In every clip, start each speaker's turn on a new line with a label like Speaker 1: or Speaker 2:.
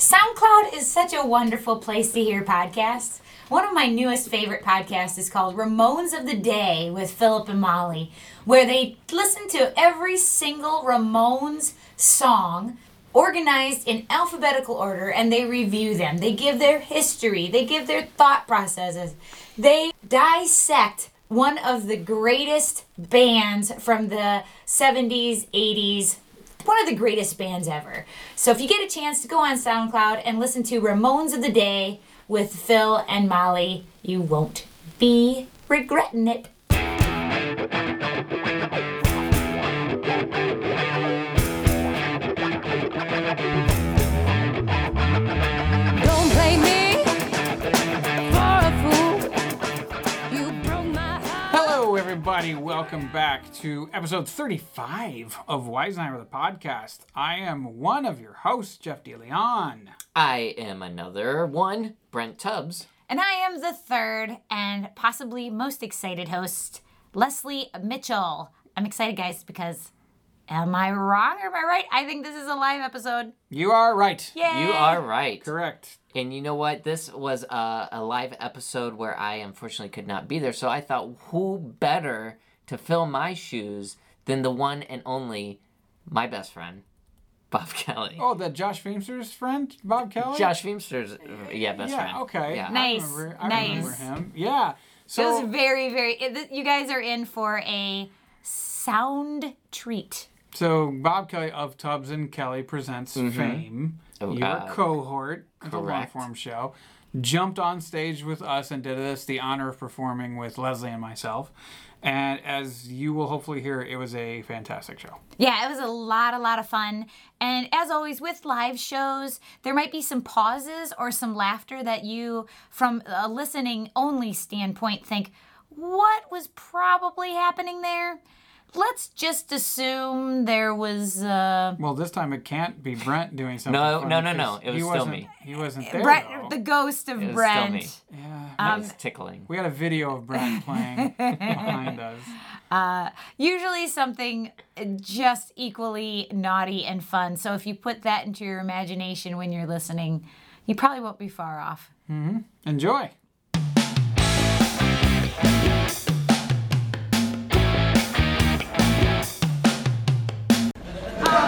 Speaker 1: SoundCloud is such a wonderful place to hear podcasts. One of my newest favorite podcasts is called Ramones of the Day with Philip and Molly, where they listen to every single Ramones song organized in alphabetical order and they review them. They give their history, they give their thought processes, they dissect one of the greatest bands from the 70s, 80s, one of the greatest bands ever. So if you get a chance to go on SoundCloud and listen to Ramones of the Day with Phil and Molly, you won't be regretting it.
Speaker 2: Don't play me for a fool. You broke my heart.
Speaker 3: Hello, everybody. Welcome back to episode 35 of Weisenheimer, the podcast. I am one of your hosts, Jeff DeLeon.
Speaker 4: I am another one, Brent Tubbs.
Speaker 1: And I am the third and possibly most excited host, Leslie Mitchell. I'm excited, guys, because am I wrong or am I right? I think this is a live episode.
Speaker 3: You are right.
Speaker 1: Yay!
Speaker 4: You are right.
Speaker 3: Correct.
Speaker 4: And you know what? This was a, a live episode where I unfortunately could not be there. So I thought, who better to fill my shoes than the one and only my best friend, Bob Kelly?
Speaker 3: Oh, the Josh Feamster's friend, Bob Kelly?
Speaker 4: Josh Feamster's, uh, yeah, best
Speaker 3: Yeah,
Speaker 4: friend.
Speaker 3: okay.
Speaker 4: Yeah.
Speaker 3: I
Speaker 1: Nice,
Speaker 3: remember- I
Speaker 1: nice.
Speaker 3: remember him. Yeah.
Speaker 1: It
Speaker 3: So,
Speaker 1: was very, very. It, th- you guys are in for a sound treat.
Speaker 3: so Bob Kelly of Tubbs and Kelly presents Fame. Your
Speaker 4: Mm-hmm. uh,
Speaker 3: cohort, it's a long
Speaker 4: correct.
Speaker 3: form show, jumped on stage with us and did us the honor of performing with Leslie and myself. And as you will hopefully hear, it was a fantastic show.
Speaker 1: Yeah, it was a lot, a lot of fun. And as always, with live shows, there might be some pauses or some laughter that you, from a listening only standpoint, think, what was probably happening there? Let's just assume there was. Uh,
Speaker 3: Well, this time it can't be Brent doing something.
Speaker 4: No,
Speaker 3: funny
Speaker 4: no, no, no.
Speaker 3: 'cause
Speaker 4: It was
Speaker 3: he
Speaker 4: still
Speaker 3: wasn't,
Speaker 4: me.
Speaker 3: He wasn't there.
Speaker 1: Eh, Brent,
Speaker 3: though.
Speaker 1: the ghost of
Speaker 4: It was still
Speaker 1: Brent.
Speaker 4: me.
Speaker 3: yeah.
Speaker 4: That was tickling.
Speaker 3: We had a video of Brent playing behind us.
Speaker 1: usually something just equally naughty and fun. So if you put that into your imagination when you're listening, you probably won't be far off.
Speaker 3: Enjoy.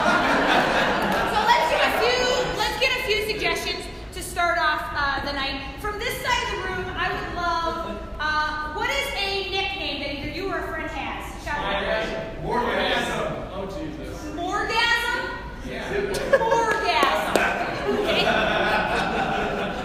Speaker 5: So let's get a few. Let's get a few suggestions to start off uh, the night. From this side of the room, I would love. Uh, what is a nickname that either you or a friend has? Shout it out. Morgasm. Morgasm. Okay.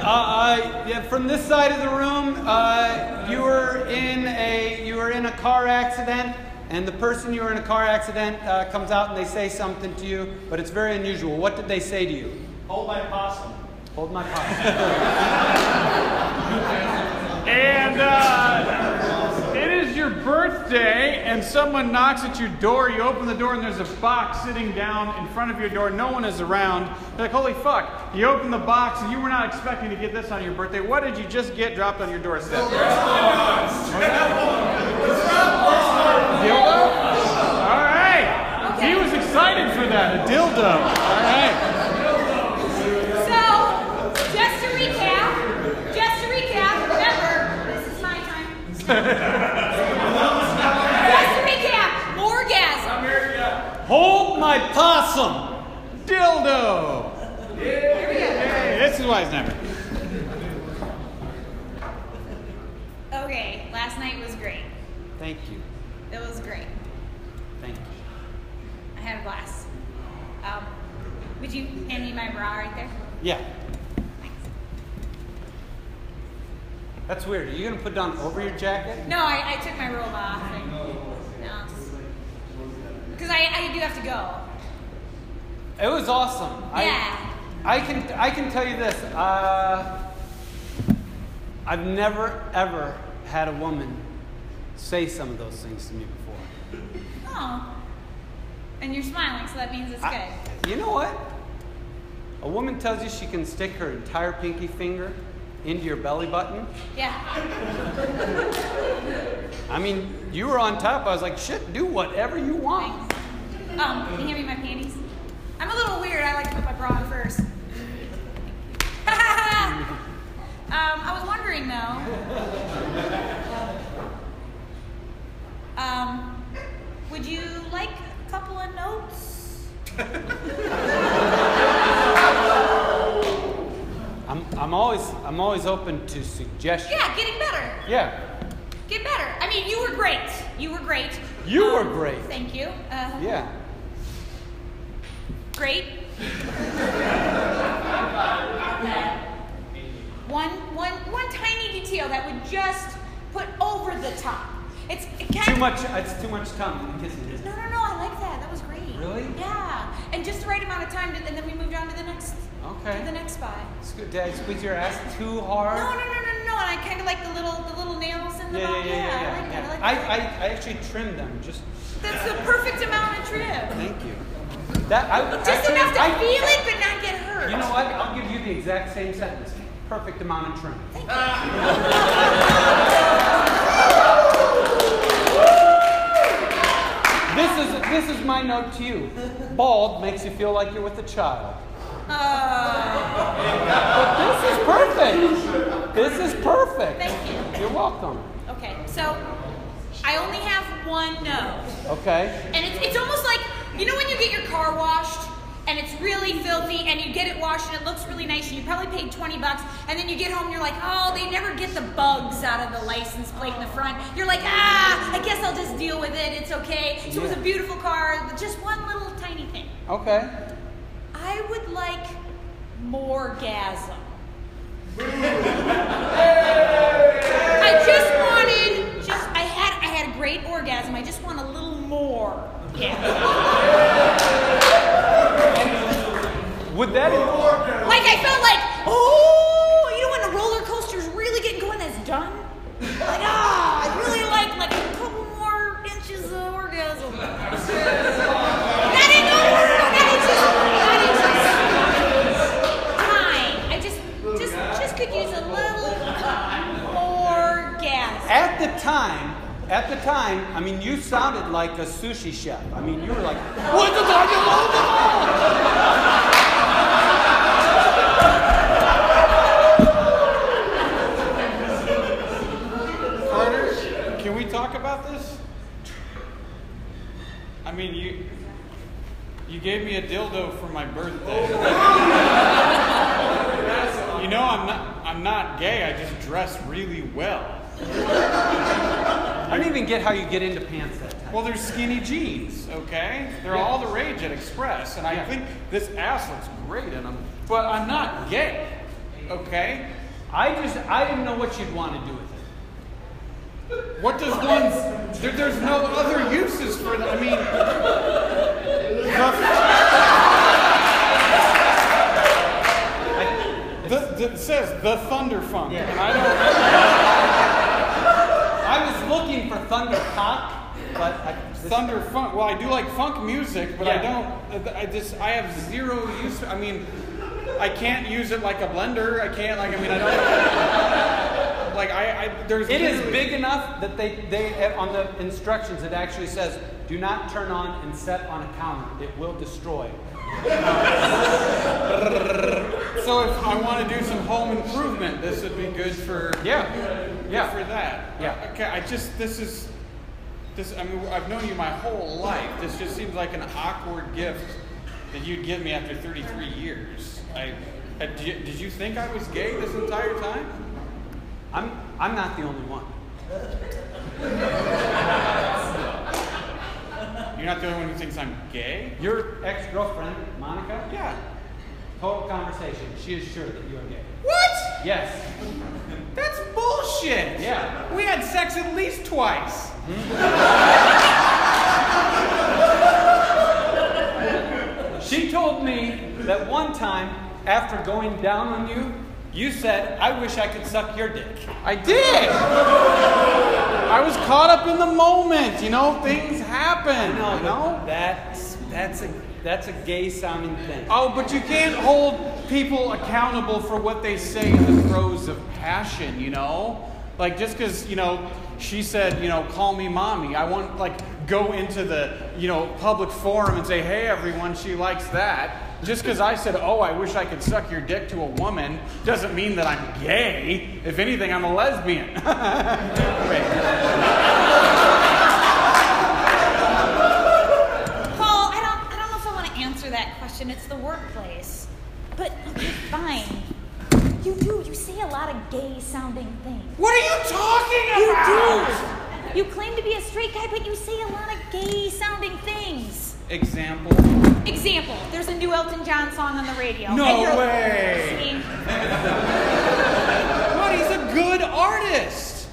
Speaker 6: Uh, uh, yeah, from this side of the room, uh, you were in a you were in a car accident, and the person you were in a car accident uh, comes out and they say something to you, but it's very unusual. What did they say to you?
Speaker 7: Hold my possum.
Speaker 6: Hold my pocket.
Speaker 7: And uh, it is your birthday, and someone knocks at your door. You open the door, and there's a box sitting down in front of your door. No one is around. You're like, holy fuck. You open the box, and you were not expecting to get this on your birthday. What did you just get dropped on your doorstep? Dildo? All right. He was excited for that. A dildo. All right.
Speaker 5: So just to recap, just to recap. Remember, this is my time. just to recap, orgasm.
Speaker 6: Hold my possum.
Speaker 7: Dildo! Hey, This is why it's never.
Speaker 5: Okay, last night was great.
Speaker 6: Thank you.
Speaker 5: It was great.
Speaker 6: Thank you.
Speaker 5: I had a blast. Um, would you hand me my bra right there?
Speaker 6: Yeah. That's weird. Are you gonna put it on over your jacket?
Speaker 5: No, I, I took my robe off. And, no. Because I, I do have to go.
Speaker 6: It was awesome. I-
Speaker 5: Yeah.
Speaker 6: I can I can tell you this. Uh, I've never ever had a woman say some of those things to me before.
Speaker 5: Oh. And you're smiling, so that means it's
Speaker 6: I-
Speaker 5: good.
Speaker 6: you know what? A woman tells you she can stick her entire pinky finger into your belly button.
Speaker 5: Yeah.
Speaker 6: I mean, you were on top. I was like, shit, do whatever you want.
Speaker 5: Thanks. Um, can you hand me my panties? I'm a little weird. I like to put my bra on first.
Speaker 8: boring though. um, would you like a couple of notes?
Speaker 6: I'm, I'm always I'm always open to suggestions.
Speaker 8: Yeah, getting better.
Speaker 6: Yeah.
Speaker 8: Get better. I mean, you were great. You were great. Um,
Speaker 6: You were great.
Speaker 8: Thank you. Uh,
Speaker 6: Yeah.
Speaker 8: Great. one, one, one tiny detail that would just put over the top. It's it kind
Speaker 6: Too
Speaker 8: of-
Speaker 6: much. It's too much tongue and kissing.
Speaker 8: No, no, no. I like that. That was great.
Speaker 6: Really?
Speaker 8: Yeah. And just the right amount of time, to, and then we moved on to the next.
Speaker 6: Okay.
Speaker 8: To the next spot.
Speaker 6: Sque- Did I squeeze your ass too
Speaker 8: No,
Speaker 6: hard?
Speaker 8: no, no, no, no. And I kind of like the little, the little nails in the
Speaker 6: Yeah, yeah, yeah,
Speaker 8: bottom.
Speaker 6: yeah,
Speaker 8: I
Speaker 6: yeah.
Speaker 8: like
Speaker 6: yeah.
Speaker 8: that. I
Speaker 6: I,
Speaker 8: like
Speaker 6: I,
Speaker 8: that.
Speaker 6: I actually trimmed them. Just
Speaker 8: That's the perfect amount of trim.
Speaker 6: thank you. That I
Speaker 8: Just
Speaker 6: actually,
Speaker 8: enough to
Speaker 6: I,
Speaker 8: feel it, but not get hurt.
Speaker 6: You know what? I'll give you the exact same sentence. Perfect amount of trim. this is this is my note to you. Bald makes you feel like you're with a child.
Speaker 8: Uh.
Speaker 6: But this is perfect. This is perfect.
Speaker 8: Thank you.
Speaker 6: You're welcome.
Speaker 8: Okay, so I only have one no.
Speaker 6: Okay.
Speaker 8: And it's, it's almost like, you know when you get your car washed and it's really filthy and you get it washed and it looks really nice and you probably paid 20 bucks and then you get home and you're like, oh, they never get the bugs out of the license plate in the front. You're like, ah, I guess I'll just deal with it. It's okay. So it was a
Speaker 6: Yeah.
Speaker 8: beautiful car, just one little tiny thing.
Speaker 6: Okay.
Speaker 8: I would like more gasm. I just wanted, just I had, I had a great orgasm. I just want a little more. Yeah.
Speaker 6: Would that
Speaker 8: Like I felt like, oh, you know when the roller coaster's really getting going, that's done. Like ah, I really like like a couple more inches of orgasm. Not in order, not inches, not inches. Time. I just, just, just could use a little more gas.
Speaker 6: at the time? At the time, I mean, you sounded like a sushi chef. I mean, you were like, "What the
Speaker 3: Carter, can we talk about this? I mean, you you gave me a dildo for my birthday. you know, I'm not I'm not gay. I just dress really well.
Speaker 6: I don't even get how you get into pants that tight.
Speaker 3: Well, there's skinny jeans, okay? They're all the rage at Express, and I
Speaker 6: Yeah.
Speaker 3: think this ass looks great in them. But I'm not gay, okay?
Speaker 6: I just, I didn't know what you'd want to do with it.
Speaker 3: What does one? There, there's no other uses for that. I mean, the, the, it says the thunder funk, and I don't.
Speaker 6: I was looking for thunder cock, but I, this-
Speaker 3: Thunder funk. Well, I do like funk music, but
Speaker 6: Yeah.
Speaker 3: I don't. I just I have zero use. I mean, I can't use it like a blender. I can't like. I mean, I don't. Like I, I there's.
Speaker 6: it is
Speaker 3: literally-
Speaker 6: big enough that they, they on the instructions it actually says, do not turn on and set on a counter. It will destroy.
Speaker 3: So if I want to do some home improvement, this would be good for.
Speaker 6: Yeah, yeah.
Speaker 3: For that.
Speaker 6: Yeah.
Speaker 3: Okay. I just this is this. I mean, I've known you my whole life. This just seems like an awkward gift that you'd give me after 33 years. I. I- Did you, did you think I was gay this entire time?
Speaker 6: I'm, I'm not the only one.
Speaker 3: You're not the only one who thinks I'm gay.
Speaker 6: Your ex-girlfriend, Monica,
Speaker 3: Yeah.
Speaker 6: total conversation. She is sure that you are gay.
Speaker 3: What?
Speaker 6: Yes.
Speaker 3: That's bullshit.
Speaker 6: Yeah.
Speaker 3: We had sex at least twice.
Speaker 6: She told me that one time, after going down on you, you said, I wish I could suck your dick.
Speaker 3: I did. I was caught up in the moment, you know. Things happen,
Speaker 6: No,
Speaker 3: you know.
Speaker 6: That's, that's, a, that's a gay sounding thing.
Speaker 3: Oh, but you can't hold people accountable for what they say in the throes of passion, you know. Like just because you know she said, you know, call me mommy. I want like go into the you know public forum and say, hey everyone, she likes that.
Speaker 9: Just because I said, oh, I wish I could suck your dick to a woman, doesn't mean that I'm gay. If anything, I'm a lesbian. Wait.
Speaker 8: Paul, I don't, I don't know if I want to answer that question. It's the workplace. But okay, fine. You do. You say a lot of gay-sounding things.
Speaker 10: What are you talking
Speaker 8: You
Speaker 10: about?
Speaker 8: do. You claim to be a straight guy, but you say a lot of gay-sounding things.
Speaker 9: Example.
Speaker 8: Example: There's a new Elton John song on the radio.
Speaker 9: No
Speaker 8: And you're-
Speaker 9: way.
Speaker 8: See?
Speaker 9: But he's a good artist.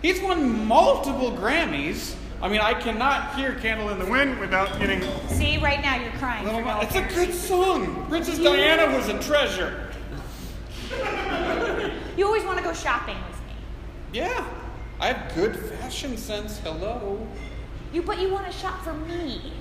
Speaker 9: He's won multiple Grammys. I mean, I cannot hear Candle in the Wind without getting a
Speaker 8: See, right now you're crying.
Speaker 9: little.
Speaker 8: for no
Speaker 9: It's a
Speaker 8: apparent
Speaker 9: good song. Princess Diana was a treasure.
Speaker 8: You always want to go shopping with me.
Speaker 9: Yeah, I have good fashion sense. Hello.
Speaker 8: You, but you want to shop for me.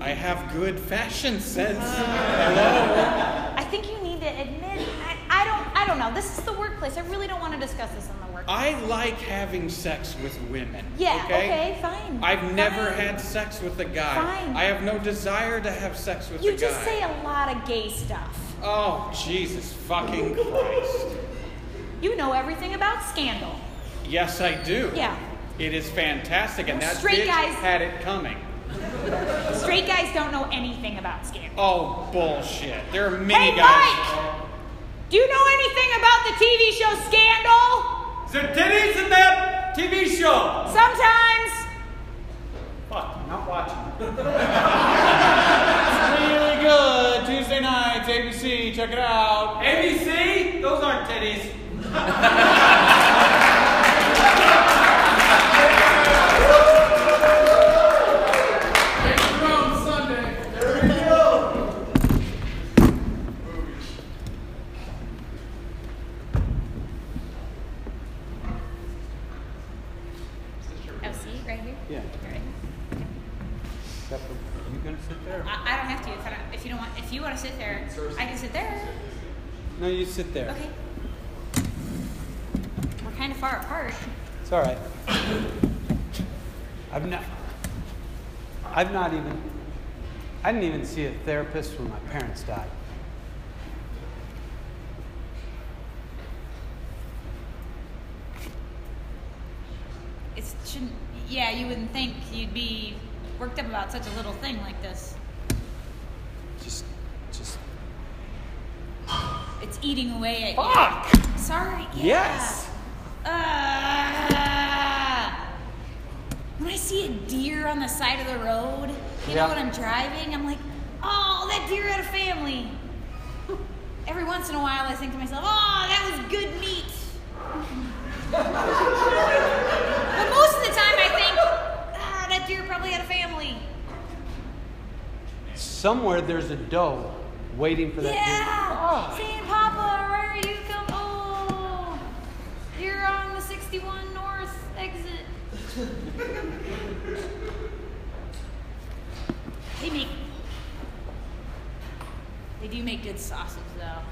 Speaker 9: I have good fashion sense.
Speaker 8: I think you need to admit. I, I don't. I don't know. This is the workplace. I really don't want to discuss this in the workplace.
Speaker 9: I like having sex with women.
Speaker 8: yeah.
Speaker 9: Okay.
Speaker 8: Okay. fine.
Speaker 9: I've never
Speaker 8: fine.
Speaker 9: had sex with a guy.
Speaker 8: Fine.
Speaker 9: I have no desire to have sex with
Speaker 8: You
Speaker 9: a guy.
Speaker 8: just say a lot of gay stuff.
Speaker 9: oh, Jesus fucking Christ.
Speaker 8: You know everything about scandal.
Speaker 9: Yes, I do.
Speaker 8: Yeah.
Speaker 9: It is fantastic, and that
Speaker 8: Straight
Speaker 9: bitch
Speaker 8: guys-
Speaker 9: had it coming.
Speaker 8: Straight guys don't know anything about scandal.
Speaker 9: Oh, bullshit. There are many
Speaker 8: Hey,
Speaker 9: Oh, guys.
Speaker 8: Mike! Do you know anything about the TV show Scandal?
Speaker 10: Is there titties in that TV show?
Speaker 8: Sometimes.
Speaker 10: Fuck, I'm not watching.
Speaker 9: Really good. Tuesday nights, ABC. Check it out.
Speaker 10: ABC? Those aren't titties.
Speaker 8: Oh, see, right here.
Speaker 6: Yeah.
Speaker 8: Right.
Speaker 6: Except for you gonna sit there?
Speaker 8: I, I don't have to. If, I don't, if you don't want, if you want to sit there, I can sit there.
Speaker 6: No, you sit there.
Speaker 8: Okay. We're kind of far apart.
Speaker 6: It's all right. I've not. I've not even. I didn't even see a therapist when my parents died.
Speaker 8: It shouldn't. Yeah, you wouldn't think you'd be worked up about such a little thing like this.
Speaker 6: Just, just.
Speaker 8: It's eating away at
Speaker 6: Fuck!
Speaker 8: you. Sorry. Yeah. Uh,
Speaker 6: Yes.
Speaker 8: Ah. when I see a deer on the side of the road, you
Speaker 6: Yeah.
Speaker 8: know, when I'm driving, I'm like, oh, that deer had a family. Every once in a while, I think to myself, oh, that was good meat. but most of the time, I think, ah, that deer probably had a family.
Speaker 6: Somewhere there's a doe waiting for that.
Speaker 8: Yeah! Saying, Papa, where are you come? Oh, you're on the 61 North exit. they make. They do make good sausage, though.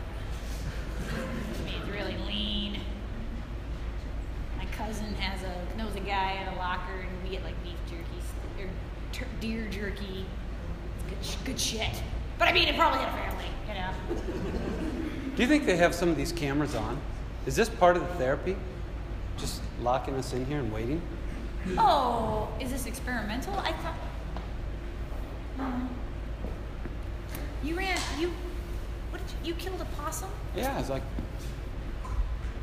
Speaker 8: It's made really lean. My cousin has a knows a guy at a locker, and we get like beef jerky or tur- deer jerky. It's good, sh- good shit. But I mean, it probably had a family, you know.
Speaker 6: deer. Do you think they have some of these cameras on? Is this part of the therapy? Just locking us in here and waiting?
Speaker 8: Oh, is this experimental? I thought. Mm-hmm. You ran. You. What did you, you killed a possum
Speaker 6: Yeah, it's like,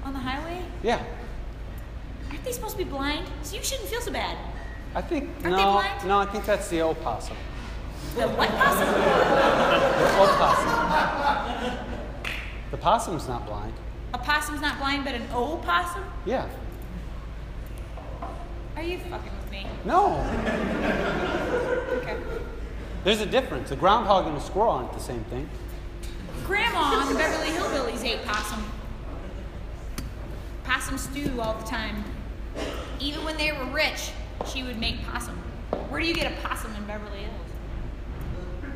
Speaker 8: on the highway?
Speaker 6: yeah.
Speaker 8: Aren't they supposed to be blind? So you shouldn't feel so bad.
Speaker 6: I think
Speaker 8: they
Speaker 6: no,
Speaker 8: blind?
Speaker 6: no. I think that's the opossum.
Speaker 8: The what possum?
Speaker 6: The opossum. the possum's not blind.
Speaker 8: A possum's not blind, but an opossum?
Speaker 6: Yeah.
Speaker 8: Are you fucking with me?
Speaker 6: No.
Speaker 8: Okay.
Speaker 6: There's a difference. A groundhog and a squirrel aren't the same thing.
Speaker 8: Grandma on the Beverly Hillbillies ate possum. Possum stew all the time. Even when they were rich, she would make possum. Where do you get a possum in Beverly Hills?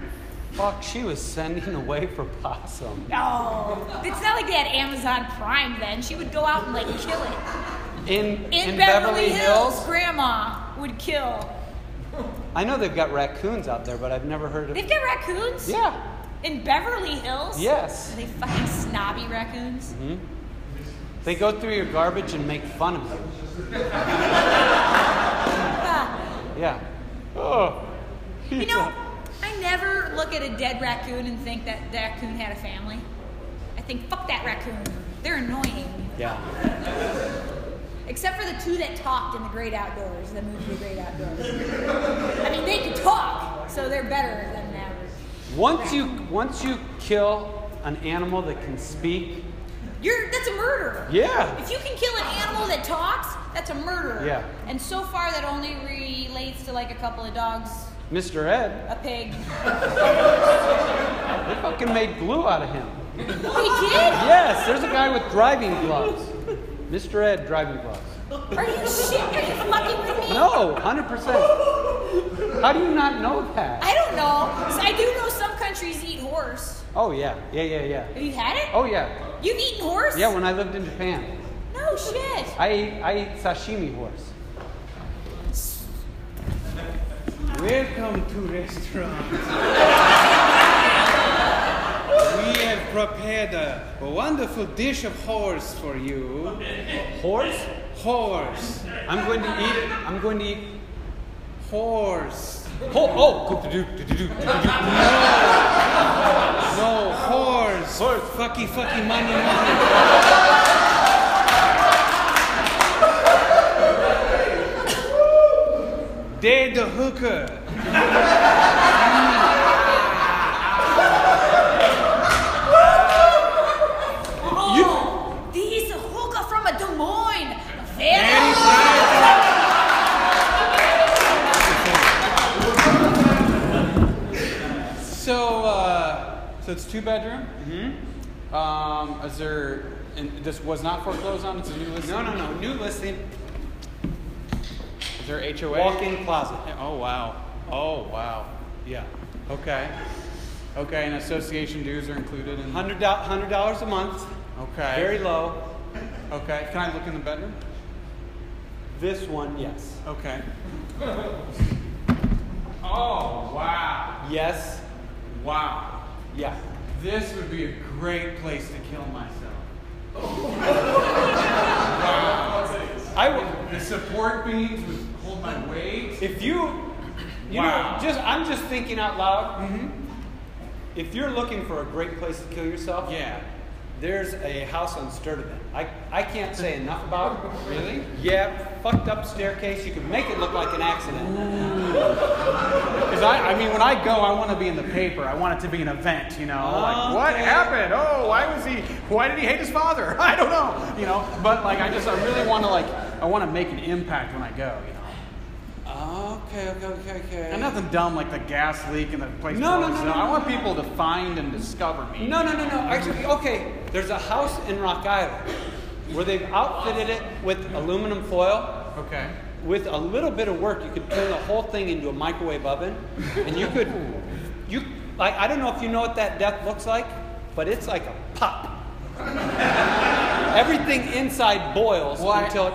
Speaker 6: Fuck, she was sending away for possum.
Speaker 8: No, it's not like they had Amazon Prime then. She would go out and like kill it.
Speaker 6: In,
Speaker 8: In, Beverly, Hills, Grandma would kill.
Speaker 6: I know they've got raccoons out there, but I've never heard of.
Speaker 8: They've got raccoons.
Speaker 6: Yeah.
Speaker 8: In Beverly Hills?
Speaker 6: Yes.
Speaker 8: Are they fucking snobby raccoons?
Speaker 6: They go through your garbage and make fun of you.
Speaker 8: Ah.
Speaker 6: Yeah. Oh.
Speaker 8: You know, I never look at a dead raccoon and think that that raccoon had a family. I think, fuck that raccoon. They're annoying.
Speaker 6: Yeah.
Speaker 8: Except for the two that talked in The Great Outdoors, the movie The Great Outdoors. I mean, they could talk, so they're better than average.
Speaker 6: Once you once you kill an animal that can speak.
Speaker 8: You're, that's a murder.
Speaker 6: Yeah.
Speaker 8: If you can kill an animal that talks, that's a murder.
Speaker 6: Yeah.
Speaker 8: And so far, that only relates to like a couple of dogs,
Speaker 6: Mr. Ed,
Speaker 8: a pig.
Speaker 6: they fucking made glue out of him.
Speaker 8: Oh,
Speaker 6: Yes, there's a guy with driving gloves. Mr. Ed driving gloves.
Speaker 8: he did? Are you shit? Are you fucking with me?
Speaker 6: No, 100%. How do you not know that?
Speaker 8: I don't know. So I do know some countries eat horse.
Speaker 6: Oh yeah. Yeah, yeah, yeah.
Speaker 8: Have you had it?
Speaker 6: Oh yeah.
Speaker 8: You've eaten horse?
Speaker 6: Yeah, when I lived in Japan,
Speaker 8: No shit.
Speaker 6: I ate, I ate sashimi horse.
Speaker 11: Welcome to restaurant. we have prepared a, a wonderful dish of horse for you.
Speaker 6: Horse?
Speaker 11: Horse.
Speaker 6: I'm going to eat I'm going to eat
Speaker 11: Horse.
Speaker 6: Oh, oh, goop-de-doop-de-doop-de-doop.
Speaker 11: No, horse. Horse. Fucky, fucky, money, money. Dead the hooker.
Speaker 8: Oh, these hookah from a Des Moines.
Speaker 11: Very
Speaker 8: Very
Speaker 11: bright.
Speaker 6: So, uh, so it's two bedroom. Mm-hmm. Um, is there? And this was not foreclosed on. It's a new listing.
Speaker 11: No, no, no. New listing.
Speaker 6: Is there HOA?
Speaker 11: Walk-in closet.
Speaker 6: Oh wow. Oh wow. Yeah. Okay. Okay. And association dues are included in.
Speaker 11: Hundred dollars a month.
Speaker 6: Okay.
Speaker 11: Very low.
Speaker 6: Okay. Can I look in the bedroom?
Speaker 11: This one, yes.
Speaker 6: Okay.
Speaker 3: Oh, wow.
Speaker 11: Yes.
Speaker 3: Wow.
Speaker 11: Yeah.
Speaker 3: This would be a great place to kill myself.
Speaker 11: I would.
Speaker 3: The support beams would hold my weight.
Speaker 11: If you,
Speaker 6: You
Speaker 3: Wow.
Speaker 6: know, just I'm just thinking out loud. Mm-hmm. If you're looking for a great place to kill yourself,
Speaker 3: Yeah.
Speaker 6: There's a house on Sturtevant. I, I can't say enough about. it.
Speaker 3: Really?
Speaker 6: Yeah, fucked up staircase. You can make it look like an accident. Because I, I mean, when I go, I want to be in the paper. I want it to be an event. You know,
Speaker 3: Like,
Speaker 6: like
Speaker 3: what happened? Oh, why was he? Why did he hate his father? I don't know. You know, but like, I just, I really want to like, I want to make an impact when I go. You know,
Speaker 11: Okay, okay, okay, okay.
Speaker 3: and nothing dumb like the gas leak and the place.
Speaker 6: No, no,
Speaker 3: blows
Speaker 6: no,
Speaker 3: up.
Speaker 6: no,
Speaker 3: I want
Speaker 6: no, no.
Speaker 3: people to find and discover me.
Speaker 6: No, no, no, no. Actually, okay. There's a house in Rock Island where they've outfitted it with aluminum foil.
Speaker 3: Okay.
Speaker 6: With a little bit of work, you could turn the whole thing into a microwave oven, and you could, you like I don't know if you know what that death looks like, but it's like a pop. Everything inside boils
Speaker 3: Well, I-
Speaker 6: until it,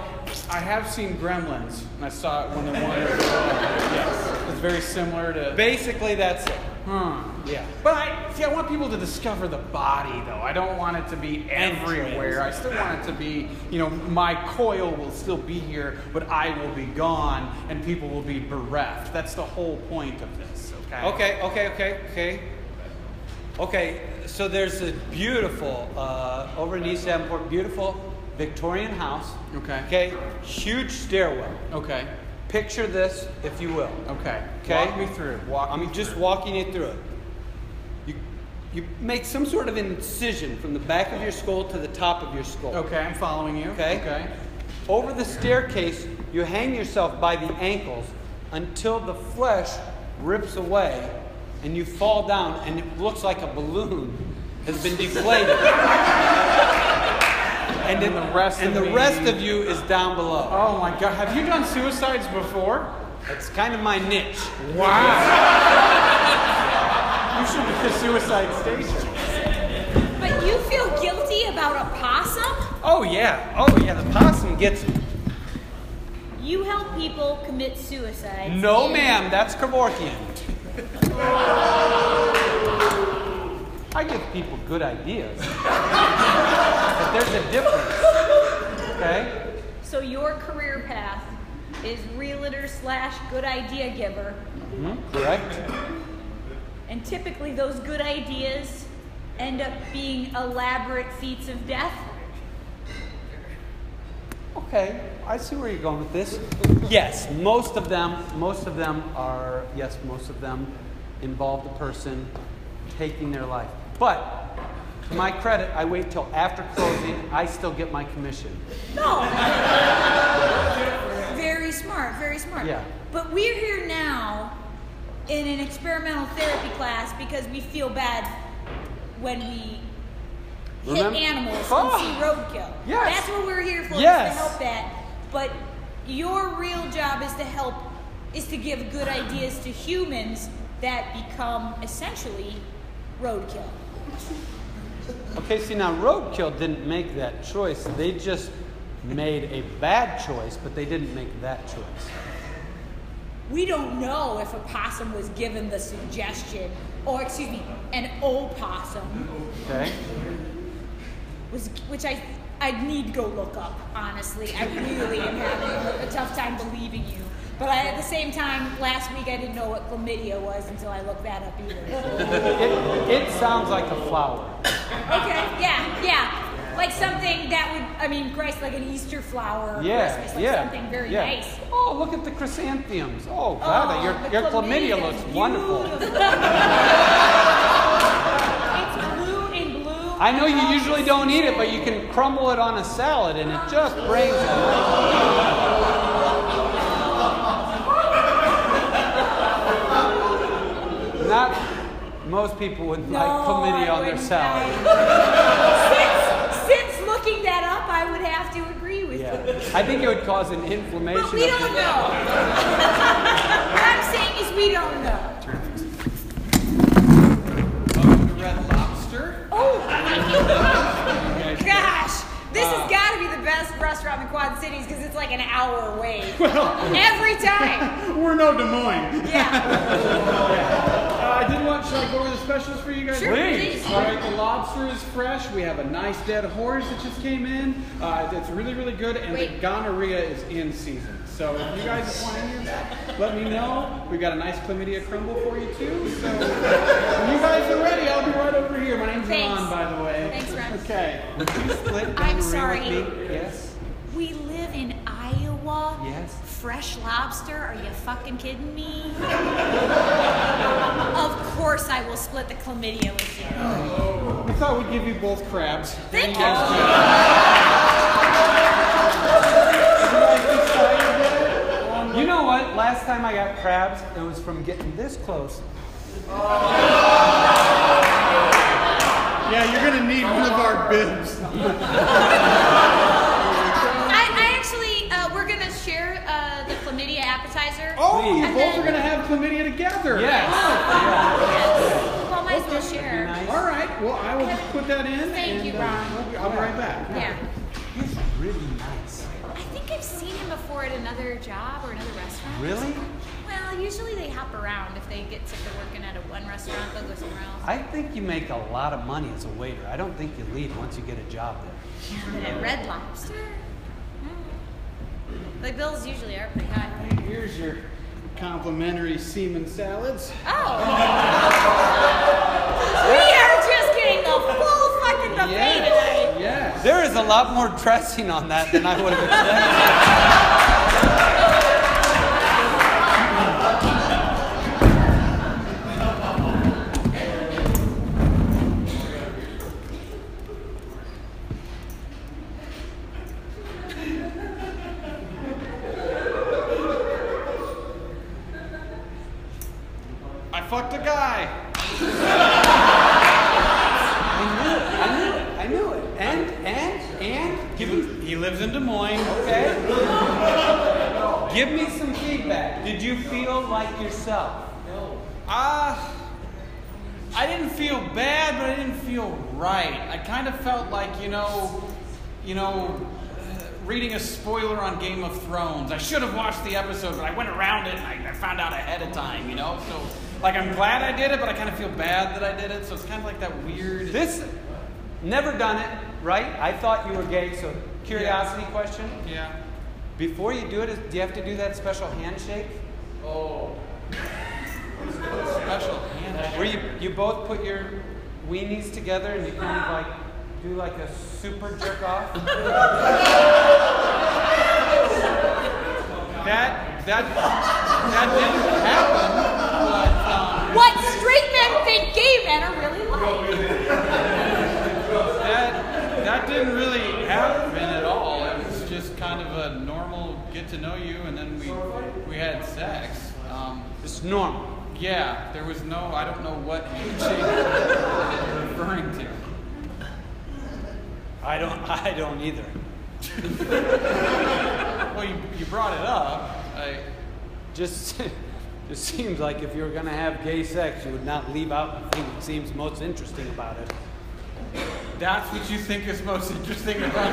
Speaker 3: I have seen Gremlins, and I saw it when the one. yes, it's very similar to.
Speaker 6: basically that's it.
Speaker 3: Hmm.
Speaker 6: Yeah.
Speaker 3: But I see. I want people to discover the body, though. I don't want it to be everywhere. I still want it to be, you know, my coil will still be here, but I will be gone, and people will be bereft. That's the whole point of this. Okay.
Speaker 6: Okay, okay, okay, okay. Okay, so there's a beautiful, uh, over in East Davenport, beautiful Victorian house.
Speaker 3: Okay.
Speaker 6: Okay, huge stairwell.
Speaker 3: Okay.
Speaker 6: Picture this, if you will.
Speaker 3: Okay.
Speaker 6: Okay?
Speaker 3: Walk me through. Walk
Speaker 6: I'm
Speaker 3: me
Speaker 6: just walking you through it. You, you make some sort of incision from the back of your skull to the top of your skull.
Speaker 3: through. Okay. I'm following you.
Speaker 6: Okay.
Speaker 3: Okay.
Speaker 6: Over the staircase, you hang yourself by the ankles until the flesh rips away and you fall down, and it looks like a balloon has been deflated. and then
Speaker 3: And the rest
Speaker 6: and
Speaker 3: of
Speaker 6: the
Speaker 3: me-
Speaker 6: rest of you is down below.
Speaker 3: Oh my God. Have you done suicides before?
Speaker 6: That's kind of my niche.
Speaker 3: Wow. you should be the suicide station.
Speaker 8: But you feel guilty about a possum?
Speaker 6: Oh yeah, oh yeah, the possum gets me.
Speaker 8: You help people commit suicide.
Speaker 6: Mm. No, ma'am, that's Kevorkian. I give people good ideas. but there's a difference. Okay?
Speaker 8: So your career path is realtor slash good idea giver,
Speaker 6: Correct?
Speaker 8: and typically those good ideas end up being elaborate feats of death.
Speaker 6: Okay, I see where you're going with this. Yes, most of them, most of them are, yes, most of them involve the person taking their life. But to my credit, I wait till after closing, I still get my commission.
Speaker 8: No. very smart, very smart.
Speaker 6: Yeah.
Speaker 8: But we're here now in an experimental therapy class because we feel bad when we
Speaker 6: Remem-
Speaker 8: hit animals
Speaker 6: Oh.
Speaker 8: and see roadkill.
Speaker 6: Yes.
Speaker 8: That's what we're here for,
Speaker 6: Yes.
Speaker 8: is to help that. But your real job is to help, is to give good ideas to humans that become essentially roadkill.
Speaker 6: Okay, see now Roadkill didn't make that choice. They just made a bad choice, but they didn't make that choice.
Speaker 8: We don't know if a possum was given the suggestion, or excuse me, an opossum,
Speaker 6: Okay?
Speaker 8: was, which I I need to go look up. Honestly, I really am having a tough time believing you. But I, at the same time, last week I didn't know what chlamydia was until I looked that up either.
Speaker 6: It, it sounds like a flower.
Speaker 8: Okay, yeah, yeah, like something that would I mean, Christ, like an Easter flower, or
Speaker 6: Yeah,
Speaker 8: Christmas, like
Speaker 6: yeah.
Speaker 8: something very
Speaker 6: yeah.
Speaker 8: nice.
Speaker 6: Oh, look at the chrysanthemums. Oh, God,
Speaker 8: Oh, the
Speaker 6: your, your chlamydia,
Speaker 8: is
Speaker 6: looks wonderful.
Speaker 8: beautiful. it's blue and blue.
Speaker 6: I know
Speaker 8: and all
Speaker 6: you usually
Speaker 8: this-
Speaker 6: don't eat it, but you can crumble it on a salad and it just brings it. Not most people would
Speaker 8: No,
Speaker 6: like chlamydia
Speaker 8: Oh, I
Speaker 6: on their
Speaker 8: wouldn't.
Speaker 6: salad.
Speaker 8: I- since, since looking that up, I would have to agree with you.
Speaker 6: Yeah. I think it would cause an inflammation.
Speaker 8: But we
Speaker 6: of
Speaker 8: don't
Speaker 6: the-
Speaker 8: know. what I'm saying is we don't know.
Speaker 3: Red Lobster?
Speaker 8: Oh, gosh. This
Speaker 6: Uh.
Speaker 8: has got to be the best restaurant in the Quad Cities because it's like an hour away. Every time.
Speaker 9: We're no Des Moines.
Speaker 8: Yeah.
Speaker 3: Uh, I did want, should I go over the specials for you guys?
Speaker 8: Sure, Please. please.
Speaker 3: All right, the lobster is fresh. We have a nice dead horse that just came in. Uh, that's really, really good. And the
Speaker 8: Wait.
Speaker 3: gonorrhea is in season. So if you guys want any of that, let me know. We've got a nice chlamydia crumble for you too. So when you guys are ready, I'll be right over here. My name's
Speaker 8: Thanks.
Speaker 3: Ron, by the way.
Speaker 8: Thanks, Ron.
Speaker 3: Okay.
Speaker 6: Split gonorrhea
Speaker 8: I'm
Speaker 6: with
Speaker 8: sorry.
Speaker 6: me. Yes.
Speaker 8: We live in Iowa.
Speaker 6: Yes.
Speaker 8: Fresh lobster? Are you fucking kidding me? of course I will split the chlamydia with you.
Speaker 3: We thought we'd give you both crabs.
Speaker 8: Thank
Speaker 3: Very
Speaker 8: you.
Speaker 3: nice job.
Speaker 6: You know what? Last time I got crabs, it was from getting this close.
Speaker 9: Yeah, you're gonna need one of our bibs.
Speaker 8: I, I actually, uh, we're gonna share uh, the chlamydia appetizer.
Speaker 3: Oh, you
Speaker 8: And
Speaker 3: both
Speaker 8: then-
Speaker 3: are gonna have chlamydia together.
Speaker 6: Yes.
Speaker 8: Yes. Well, might as well share.
Speaker 3: All right. Well, I will just put that in.
Speaker 8: Thank
Speaker 3: and,
Speaker 8: you,
Speaker 3: uh,
Speaker 8: Ron.
Speaker 3: I'll be- I'll be right back.
Speaker 8: Yeah.
Speaker 6: He's really nice.
Speaker 8: I think I've seen him before at another job or another restaurant.
Speaker 6: Really?
Speaker 8: Well, usually they hop around. If they get sick of working at a one restaurant, they'll go somewhere else.
Speaker 6: I think you make a lot of money as a waiter. I don't think you leave once you get a job there.
Speaker 8: But at Red Lobster, mm. the bills usually are pretty high.
Speaker 3: Here's your complimentary semen salads.
Speaker 8: Oh. we are just getting the full fucking buffet tonight.
Speaker 3: Yes.
Speaker 6: There is a lot more dressing on that than I would have expected.
Speaker 3: I fucked a guy.
Speaker 6: I knew it. I knew it. And, and, and? Give me,
Speaker 3: He lives in Des Moines.
Speaker 6: okay. Give me some feedback. Did you feel like yourself?
Speaker 3: Ah. I didn't feel bad, but I didn't feel right. I kind of felt like, you know, you know, reading a spoiler on Game of Thrones. I should have watched the episode, but I went around it and I, I found out ahead of time, you know? So Like I'm glad I did it, but I kind of feel bad that I did it. So it's kind of like that weird.
Speaker 6: This, never done it, right? I thought you were gay, so curiosity question.
Speaker 3: yeah.
Speaker 6: Before you do it, is- do you have to do that special handshake?
Speaker 3: Special. handshake.
Speaker 6: Where you, you both put your weenies together and you kind of like do like a super jerk off?
Speaker 3: That that that didn't happen.
Speaker 8: What straight men think gay men are really like.
Speaker 3: That that didn't really happen at all. It was just kind of a normal get to know you, and then we we had sex. Um,
Speaker 6: It's normal.
Speaker 3: yeah, there was no. I don't know what handshake you're referring to.
Speaker 6: I don't, I don't either.
Speaker 3: Well, you, you brought it up. I,
Speaker 6: Just, just seems like if you were gonna have gay sex, you would not leave out the thing that seems most interesting about it.
Speaker 3: that's what you think is most interesting about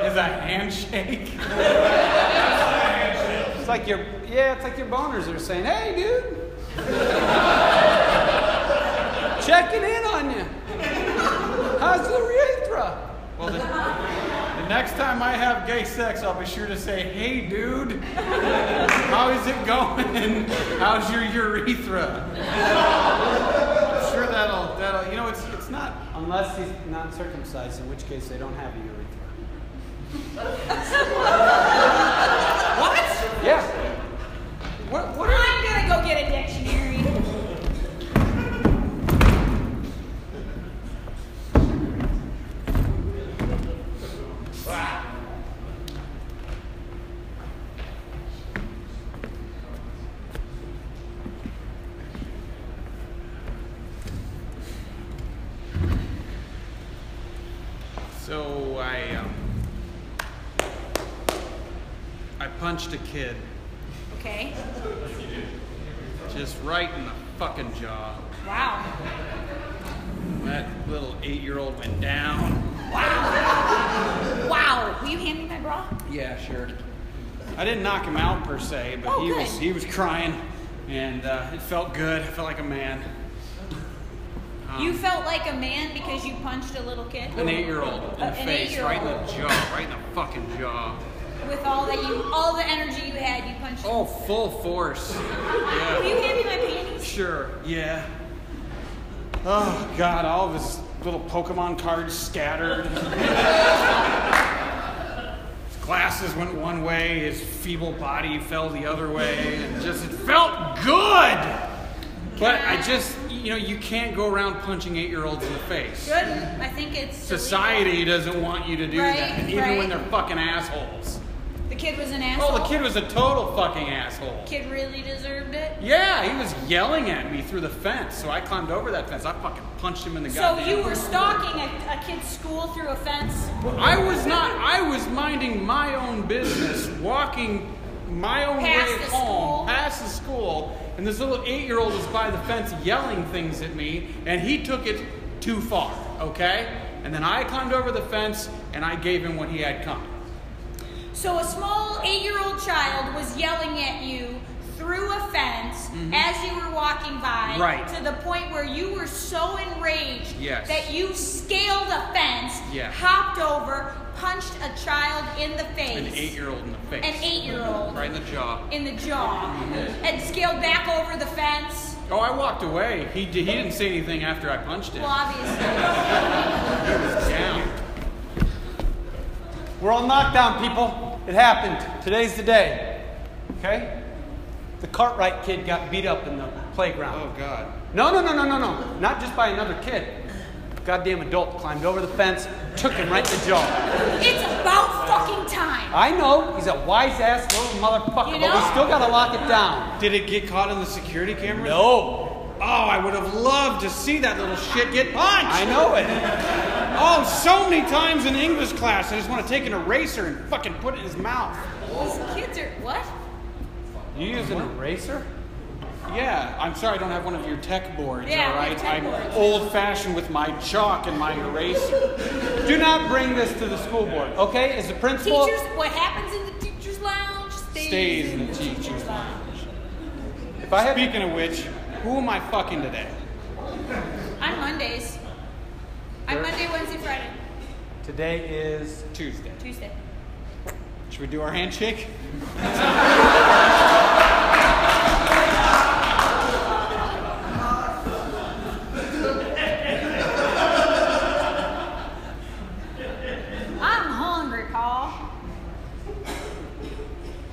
Speaker 3: is a handshake.
Speaker 6: It's like your, yeah, it's like your boners are saying, "Hey, dude, checking in on you. How's the urethra?"
Speaker 3: Well, the, the next time I have gay sex, I'll be sure to say, "Hey, dude, how is it going? How's your urethra?" I'm sure that'll that'll you know it's it's not
Speaker 6: Unless he's not circumcised, in which case they don't have a urethra. what? Yeah.
Speaker 3: what what are,
Speaker 8: I'm gonna go get a dictionary.
Speaker 3: so I um, I punched a kid
Speaker 8: Okay.
Speaker 3: just right in the fucking jaw.
Speaker 8: Wow.
Speaker 3: That little eight-year-old went down.
Speaker 8: Wow. Will you hand me my bra?
Speaker 3: Yeah, sure. I didn't knock him out per se, but
Speaker 8: Oh,
Speaker 3: he
Speaker 8: good.
Speaker 3: was he was crying, and uh, it felt good. I felt like a man,
Speaker 8: You felt like a man because you punched a little kid
Speaker 3: an eight-year-old in the
Speaker 8: an
Speaker 3: face, right in the
Speaker 8: eight-year-old.
Speaker 3: jaw, right in the fucking jaw.
Speaker 8: with all that you, all the energy you had. You punched.
Speaker 3: Oh, full force.
Speaker 8: Will
Speaker 3: Yeah,
Speaker 8: you hand me my panties?
Speaker 3: sure. Yeah. Oh God, all of his little Pokemon cards scattered. his glasses went one way, his feeble body fell the other way, and just it felt good. But I just, you know, you can't go around punching eight-year-olds in the face.
Speaker 8: Good. I think it's
Speaker 3: Society doesn't want you to do
Speaker 8: Right,
Speaker 3: that, even
Speaker 8: right.
Speaker 3: when they're fucking assholes.
Speaker 8: illegal. The kid was an asshole.
Speaker 3: Oh, the kid was a total fucking asshole.
Speaker 8: Kid really deserved it.
Speaker 3: Yeah, he was yelling at me through the fence, so I climbed over that fence. I fucking punched him in the
Speaker 8: So
Speaker 3: goddamn.
Speaker 8: you were stalking a, a kid's school through a fence.
Speaker 3: I was not. I was minding my own business, walking my own
Speaker 8: Past
Speaker 3: way
Speaker 8: the
Speaker 3: home,
Speaker 8: school.
Speaker 3: past the school, and this little eight-year-old was by the fence yelling things at me, and he took it too far. Okay, and then I climbed over the fence and I gave him what he had coming.
Speaker 8: So a small eight-year-old child was yelling at you through a fence as you were walking by.
Speaker 3: Mm-hmm. Right.
Speaker 8: To the point where you were so enraged
Speaker 3: Yes.
Speaker 8: that you scaled a fence,
Speaker 3: Yeah.
Speaker 8: hopped over, punched a child in the face.
Speaker 3: An eight-year-old in the face.
Speaker 8: An eight-year-old.
Speaker 3: Right in the jaw.
Speaker 8: In the jaw.
Speaker 3: Mm-hmm.
Speaker 8: And scaled back over the fence.
Speaker 3: Oh, I walked away. He, did, he didn't say anything after I punched him.
Speaker 8: Well, obviously.
Speaker 3: Down.
Speaker 6: We're on lockdown, people. It happened. Today's the day. Okay? The Cartwright kid got beat up in the playground.
Speaker 3: Oh God.
Speaker 6: No, no, no, no, no, no. Not just by another kid. Goddamn adult climbed over the fence, took him right in the jaw.
Speaker 8: it's about fucking time.
Speaker 6: I know he's a wise ass little motherfucker, but we
Speaker 8: You know?
Speaker 6: still gotta lock it down.
Speaker 3: Did it get caught in the security camera?
Speaker 6: No,
Speaker 3: Oh, I would have loved to see that little shit get
Speaker 6: I
Speaker 3: punched.
Speaker 6: know it.
Speaker 3: Oh, so many times in English class, I just want to take an eraser and fucking put it in his mouth.
Speaker 8: These kids are what?
Speaker 6: You use an eraser?
Speaker 3: Yeah, I'm sorry I don't have one of your tech boards,
Speaker 8: Yeah,
Speaker 3: all
Speaker 8: we have
Speaker 3: right?
Speaker 8: tech
Speaker 3: I'm
Speaker 8: boards.
Speaker 3: old fashioned with my chalk and my eraser.
Speaker 6: Do not bring this to the school board, okay? As the principal,
Speaker 8: Teachers. What happens in the teachers' lounge stays,
Speaker 3: Stays in
Speaker 8: in
Speaker 3: the teacher's lounge.
Speaker 6: If I had-
Speaker 9: Speaking of which, who am I fucking today?
Speaker 8: On Mondays. On Monday, Wednesday, Friday,
Speaker 6: Today is
Speaker 9: Tuesday.
Speaker 8: Tuesday.
Speaker 9: Should we do our handshake?
Speaker 8: I'm hungry, Paul.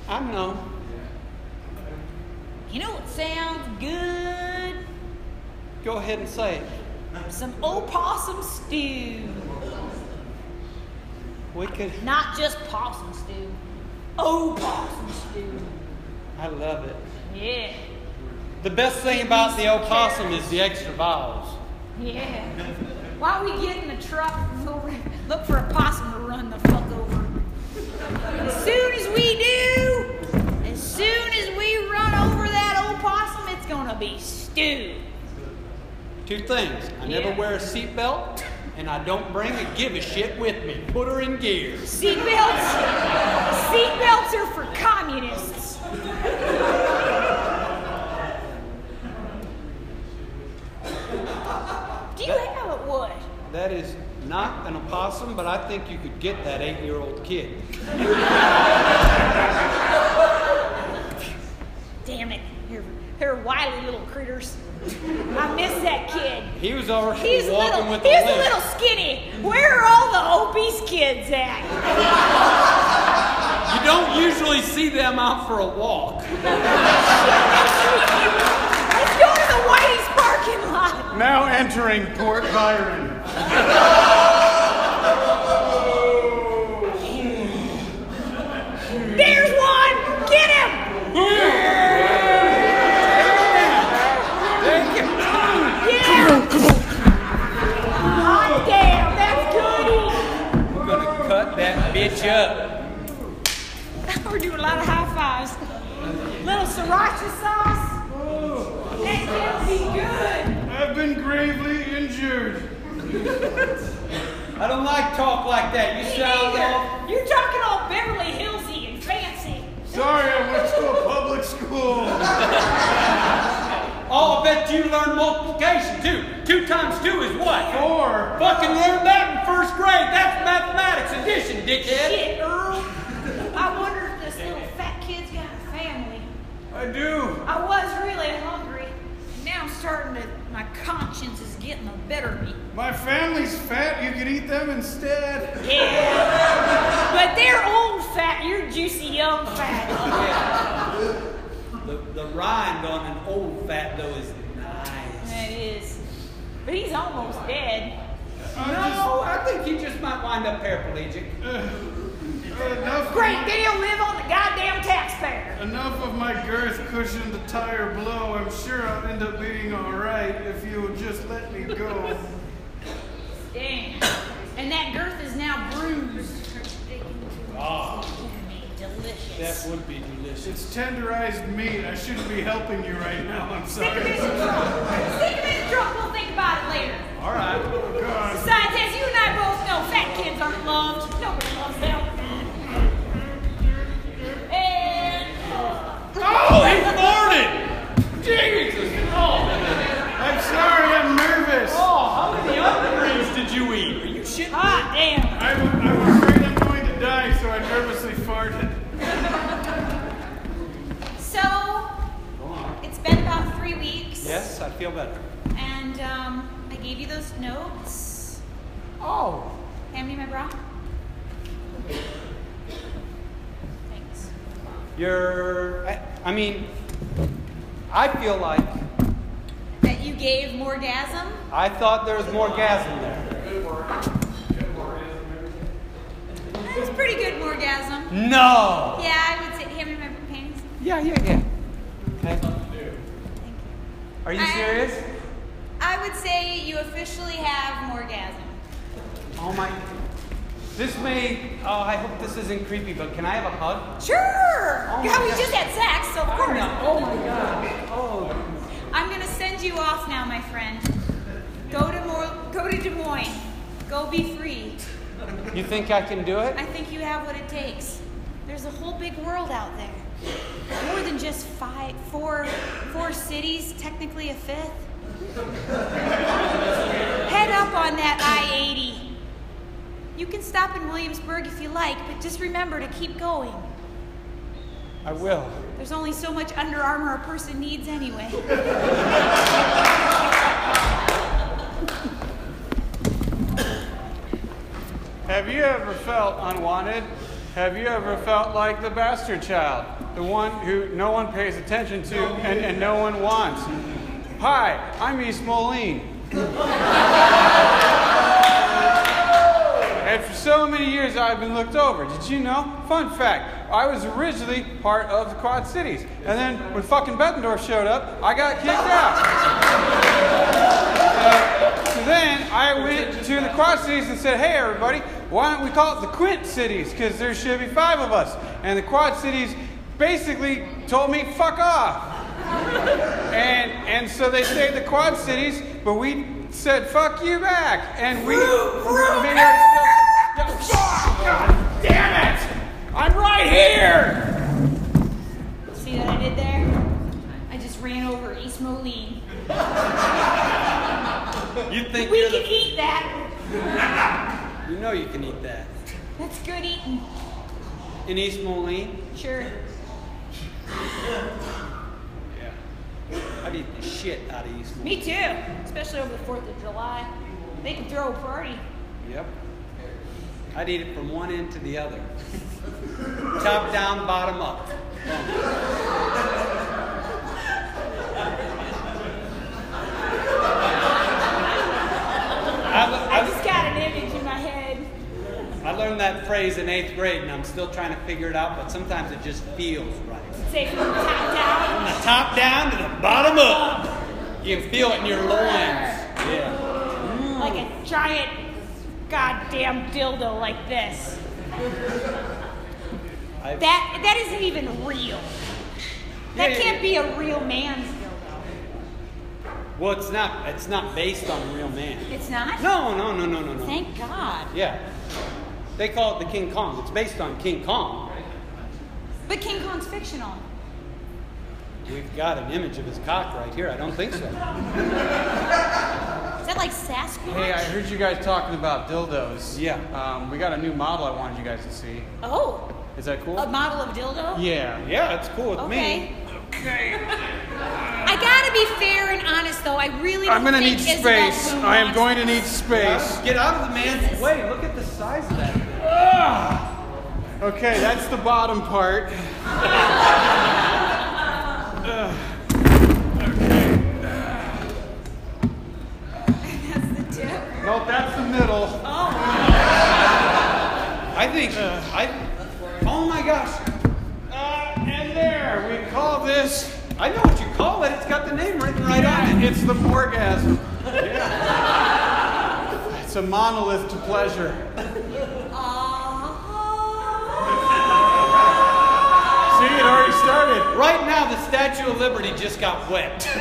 Speaker 9: I don't know.
Speaker 8: You know what sounds good?
Speaker 9: Go ahead and say it.
Speaker 8: Some opossum stew.
Speaker 9: We could.
Speaker 8: Not just possum stew. Opossum stew.
Speaker 9: I love it.
Speaker 8: Yeah.
Speaker 6: the best thing about the opossum is the extra vowels.
Speaker 8: Yeah. Why we get in the truck and go ra- look for a possum to run the fuck over? As soon as we do, as soon as we run over that old possum, it's gonna be stew.
Speaker 6: Two things: I never
Speaker 8: Yeah.
Speaker 6: wear a seatbelt, and I don't bring a give a shit with me. Put her in gear.
Speaker 8: Seatbelts, seatbelts are for communists. Do you have it? What?
Speaker 6: That is not an opossum, but I think you could get that eight-year-old kid.
Speaker 8: Damn it! They're, they're wily little critters. I miss that kid.
Speaker 6: He was already
Speaker 8: He's a
Speaker 6: walking
Speaker 8: little,
Speaker 6: with
Speaker 8: he's
Speaker 6: a
Speaker 8: a
Speaker 6: limp.
Speaker 8: little skinny. Where are all the obese kids at?
Speaker 6: You don't usually see them out for a walk.
Speaker 8: Let's go to the Whitey's parking lot.
Speaker 9: Now entering Port Byron.
Speaker 8: There's one. Get him. Get him. Hot damn, that's goody.
Speaker 6: We're gonna cut that bitch up.
Speaker 8: We're doing a lot of high fives. Little sriracha sauce. That's gonna be good.
Speaker 9: I've been gravely injured.
Speaker 6: I don't like talk like that. You
Speaker 8: Me
Speaker 6: sound all
Speaker 8: neither. You're talking all Beverly Hillsy and fancy.
Speaker 9: Sorry, I went to a public school.
Speaker 6: Oh, I bet you learned multiplication too. Two times two is what?
Speaker 9: Four.
Speaker 6: Fucking learned that in first grade. That's mathematics addition, dickhead.
Speaker 8: Shit, Earl. I wonder if this little fat kid's got a family.
Speaker 9: I do.
Speaker 8: I was really hungry. Now I'm starting to. My conscience is getting the better of me.
Speaker 9: My family's fat. You could eat them instead.
Speaker 8: Yeah. But they're old fat. You're juicy young fat.
Speaker 6: The, the rind on an old fat though is nice.
Speaker 8: That is. But he's almost dead.
Speaker 6: No, I think he just might wind up paraplegic.
Speaker 9: Enough.
Speaker 8: Great. They don't live on the goddamn taxpayer.
Speaker 9: Enough of my girth cushion to tire blow. I'm sure I'll end up being all right if you would just let me go.
Speaker 8: Damn. And that girth is now bruised. Delicious.
Speaker 6: That would be delicious.
Speaker 9: It's tenderized meat. I shouldn't be helping you right now. I'm
Speaker 8: Stick him in
Speaker 9: sorry.
Speaker 8: the trunk. Stick him in the trunk. We'll think about it later.
Speaker 9: All right. Oh, God.
Speaker 8: Besides, as you and I both know, fat kids aren't loved. Nobody loves them. And
Speaker 6: Oh, he farted! Jesus!
Speaker 9: I'm sorry. I'm nervous.
Speaker 6: Oh, how many other did you eat? Are you shitting?
Speaker 8: hot damn.
Speaker 9: I'm, I'm afraid I'm going to die, so I nervously farted.
Speaker 8: So it's been about three weeks.
Speaker 6: Yes, I feel better.
Speaker 8: And um, I gave you those notes.
Speaker 6: Oh.
Speaker 8: Hand me my bra. Thanks.
Speaker 6: You're. I, I mean, I feel like
Speaker 8: That you gave Morgasm.
Speaker 6: I thought there was more gas in there.
Speaker 8: That was pretty good Morgasm.
Speaker 6: No!
Speaker 8: Yeah, I would say hand me my panties.
Speaker 6: Yeah, yeah, yeah. Okay. Are you
Speaker 8: I-
Speaker 6: serious?
Speaker 8: I would say you officially have morgasm.
Speaker 6: Oh my. This may. Oh, I hope this isn't creepy, but can I have a hug?
Speaker 8: Sure.
Speaker 6: Oh my
Speaker 8: yeah, we
Speaker 6: God.
Speaker 8: just had sex, so of course.
Speaker 6: Oh my god. Oh.
Speaker 8: I'm gonna send you off now, my friend. Go to Mor- go to Des Moines. Go be free.
Speaker 6: You think I can do it?
Speaker 8: I think you have what it takes. There's a whole big world out there. More than just five, four, four cities, technically a fifth. Head up on that I 80. You can stop in Williamsburg if you like, but just remember to keep going.
Speaker 6: I will.
Speaker 8: There's only so much Under Armour a person needs anyway.
Speaker 3: Have you ever felt unwanted? Have you ever felt like the bastard child? The one who no one pays attention to and, and no one wants? Hi, I'm East Moline. and for so many years I've been looked over. Did you know? Fun fact I was originally part of the Quad Cities. And then when fucking Bettendorf showed up, I got kicked out. So then I went to the Quad Cities and said, hey, everybody, why don't we call it the Quint Cities? Because there should be five of us. And the Quad Cities basically told me, fuck off. and, and so they stayed the Quad Cities, but we said, fuck you back. And we made ourselves. God damn it! I'm right here!
Speaker 8: See what I did there? I just ran over East Moline.
Speaker 12: You think
Speaker 8: We
Speaker 12: you're
Speaker 8: can
Speaker 12: the.
Speaker 8: eat that.
Speaker 6: You know you can eat that.
Speaker 8: That's good eating.
Speaker 6: In East Moline,
Speaker 8: Sure.
Speaker 6: I'd eat the shit out of East Moline.
Speaker 8: Me too. Especially over the 4th of July. They can throw a party.
Speaker 6: Yep. I'd eat it from one end to the other. Top down, bottom up.
Speaker 8: I
Speaker 6: I,
Speaker 8: just got an image in my head.
Speaker 6: I, I learned that phrase in eighth grade, and I'm still trying to figure it out, but sometimes it just feels right.
Speaker 8: Say from the top down.
Speaker 6: From the top down to the bottom up. You can feel it in your loins. Yeah.
Speaker 8: like a giant goddamn dildo like this.
Speaker 6: I-
Speaker 8: that that isn't even real. That
Speaker 6: Yeah, yeah,
Speaker 8: can't be a real man's dildo.
Speaker 6: Well, it's not. It's not based on real man.
Speaker 8: It's not.
Speaker 6: No, no, no, no, no, no.
Speaker 8: Thank God.
Speaker 6: Yeah. They call it the King Kong. It's based on King Kong.
Speaker 8: But King Kong's fictional.
Speaker 6: We've got an image of his cock right here. I don't think so.
Speaker 8: Is that like Sasquatch?
Speaker 3: Hey, I heard you guys talking about dildos.
Speaker 6: Yeah.
Speaker 3: Um, we got a new model I wanted you guys to see.
Speaker 8: oh,
Speaker 3: Is that cool?
Speaker 8: a model of dildo.
Speaker 3: yeah.
Speaker 6: Yeah, it's cool with
Speaker 8: Okay.
Speaker 6: me.
Speaker 8: I gotta be fair and honest though. I really. Don't
Speaker 3: I'm gonna
Speaker 8: think
Speaker 3: need
Speaker 8: Isabel
Speaker 3: space.
Speaker 8: Bloom
Speaker 3: I am
Speaker 8: wants
Speaker 3: going to need space.
Speaker 6: Get out of the man's way. Look at the size of that. thing.
Speaker 3: Okay, that's the bottom part.
Speaker 8: That's the tip.
Speaker 3: No, that's the middle.
Speaker 6: I think. I. Oh my gosh.
Speaker 3: Uh, and there, we call this.
Speaker 6: I know what you call it. It's got the name written right on it.
Speaker 3: It's the orgasm. It's a monolith to pleasure. See, it already started.
Speaker 6: Right now, the Statue of Liberty just got wet.
Speaker 3: Stop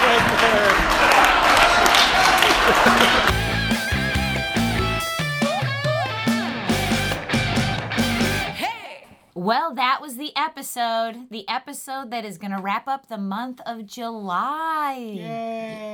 Speaker 3: right there.
Speaker 1: Well, that was the episode. The episode that is going to wrap up the month of July.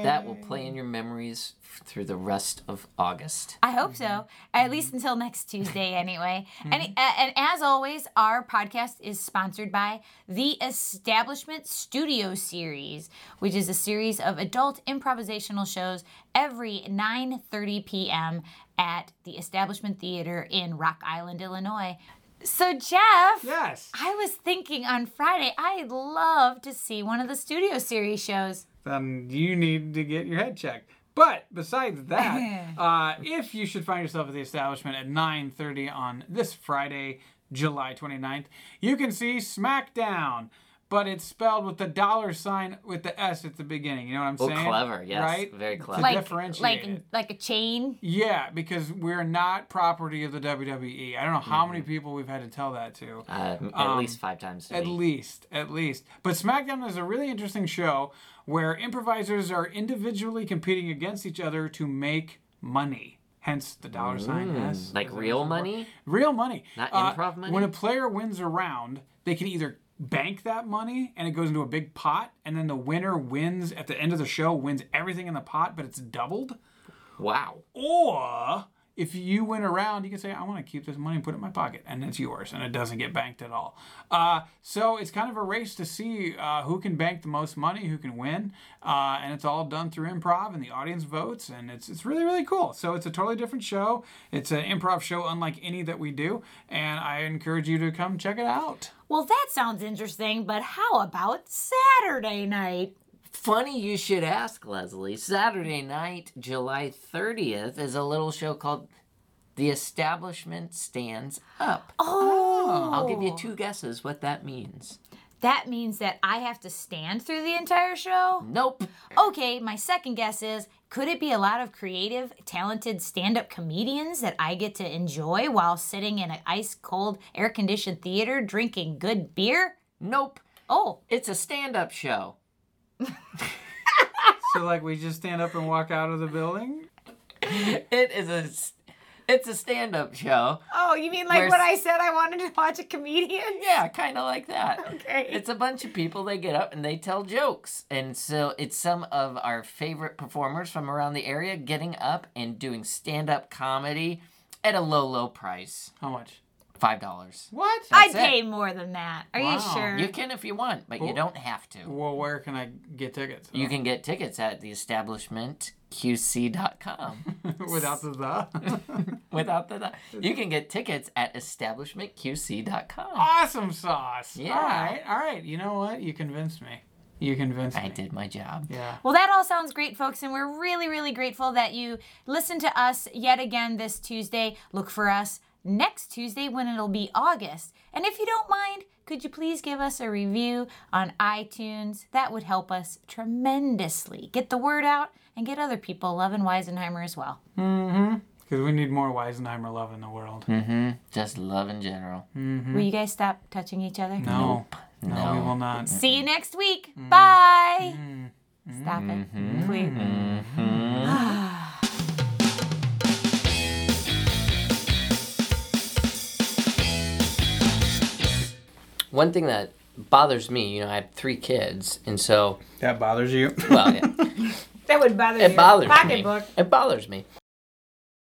Speaker 4: That will play in your memories f- through the rest of August.
Speaker 1: I hope so. At least until next Tuesday, anyway. And, uh, and as always, our podcast is sponsored by the Establishment Studio Series, which is a series of adult improvisational shows every 9:30 p.m. at the Establishment Theater in Rock Island, Illinois. So, Jeff.
Speaker 13: Yes.
Speaker 1: I was thinking on Friday, I'd love to see one of the studio series shows.
Speaker 13: then um, you need to get your head checked. But besides that, uh, if you should find yourself at the establishment at 9:30 on this Friday, July 29th, you can see SmackDown. But it's spelled with the dollar sign with the S at the beginning. You know what I'm
Speaker 4: Oh,
Speaker 13: saying?
Speaker 4: clever, yes,
Speaker 13: Right?
Speaker 4: very
Speaker 13: To
Speaker 4: clever.
Speaker 1: Like,
Speaker 13: differentiate
Speaker 1: like,
Speaker 13: it.
Speaker 1: like a chain.
Speaker 13: Yeah, because we're not property of the WWE. I don't know how
Speaker 4: Mm-hmm.
Speaker 13: many people we've had to tell that to.
Speaker 4: Uh, m-
Speaker 3: Um,
Speaker 4: at least five times a
Speaker 13: At
Speaker 4: week.
Speaker 13: least, at least. But SmackDown is a really interesting show where improvisers are individually competing against each other to make money.
Speaker 3: hence the dollar sign S.
Speaker 4: Mm. Like
Speaker 3: Is that
Speaker 4: real
Speaker 3: what it's for?
Speaker 4: money?
Speaker 3: Real money.
Speaker 4: Not
Speaker 3: Uh,
Speaker 4: improv money?
Speaker 3: When a player wins a round, they can either bank that money and it goes into a big pot, and then the winner wins at the end of the show, wins everything in the pot, but it's doubled.
Speaker 4: Wow.
Speaker 3: Or if you win a round, you can say, I want to keep this money and put it in my pocket, and it's yours, and it doesn't get banked at all. Uh, so it's kind of a race to see uh, who can bank the most money, who can win, uh, and it's all done through improv, and the audience votes, and it's, it's really, really cool. So it's a totally different show. It's an improv show unlike any that we do, and I encourage you to come check it out.
Speaker 1: Well, that sounds interesting, but how about Saturday night?
Speaker 4: Funny you should ask, Leslie. Saturday night, July 30th, is a little show called The Establishment Stands Up.
Speaker 1: Oh,
Speaker 4: I'll give you two guesses what that means.
Speaker 1: that means that I have to stand through the entire show?
Speaker 4: Nope.
Speaker 1: Okay, my second guess is could it be a lot of creative, talented stand up comedians that I get to enjoy while sitting in an ice cold, air conditioned theater drinking good beer?
Speaker 4: Nope.
Speaker 1: Oh,
Speaker 4: It's a stand up show.
Speaker 3: So, like, we just stand up and walk out of the building?
Speaker 4: It is a. s- It's a stand up show.
Speaker 14: Oh, you mean like
Speaker 4: Where's-
Speaker 14: what I said I wanted to watch a comedian?
Speaker 4: Yeah, kind of like that.
Speaker 14: Okay.
Speaker 4: It's a bunch of people. They get up and they tell jokes. And so it's some of our favorite performers from around the area getting up and doing stand up comedy at a low, low price
Speaker 3: How much?
Speaker 4: $5.
Speaker 3: What?
Speaker 4: That's
Speaker 1: I'd
Speaker 4: it.
Speaker 1: pay more than that. Are you
Speaker 3: Wow.
Speaker 1: sure?
Speaker 4: You can if you want, but you don't have to.
Speaker 3: Well, where can I get tickets?
Speaker 4: You can get tickets at theestablishmentqc.com.
Speaker 3: Without the the.
Speaker 4: Without the, the. You can get tickets at establishmentqc.com.
Speaker 3: awesome sauce.
Speaker 4: Yeah.
Speaker 3: All right. All right. You know what? You convinced me. You convinced
Speaker 4: I
Speaker 3: me.
Speaker 4: did my job.
Speaker 3: Yeah.
Speaker 1: Well, that all sounds great, folks, and we're really, really grateful that you listened to us yet again this Tuesday. Look for us next Tuesday when it'll be August. And if you don't mind, could you please give us a review on iTunes? That would help us tremendously. Get the word out and get other people loving Weisenheimer as well.
Speaker 3: Because we need more Weisenheimer love in the world.
Speaker 4: Mm-hmm. Just love in general.
Speaker 1: Will you guys stop touching each other?
Speaker 3: No. No, we will not.
Speaker 1: See you next week. Bye. Stop it, please.
Speaker 4: One thing that bothers me, you know, I have three kids, and so,
Speaker 3: That bothers you?
Speaker 4: well, yeah.
Speaker 14: That would bother me.
Speaker 4: It bothers me.
Speaker 14: Pocketbook.
Speaker 4: It bothers me.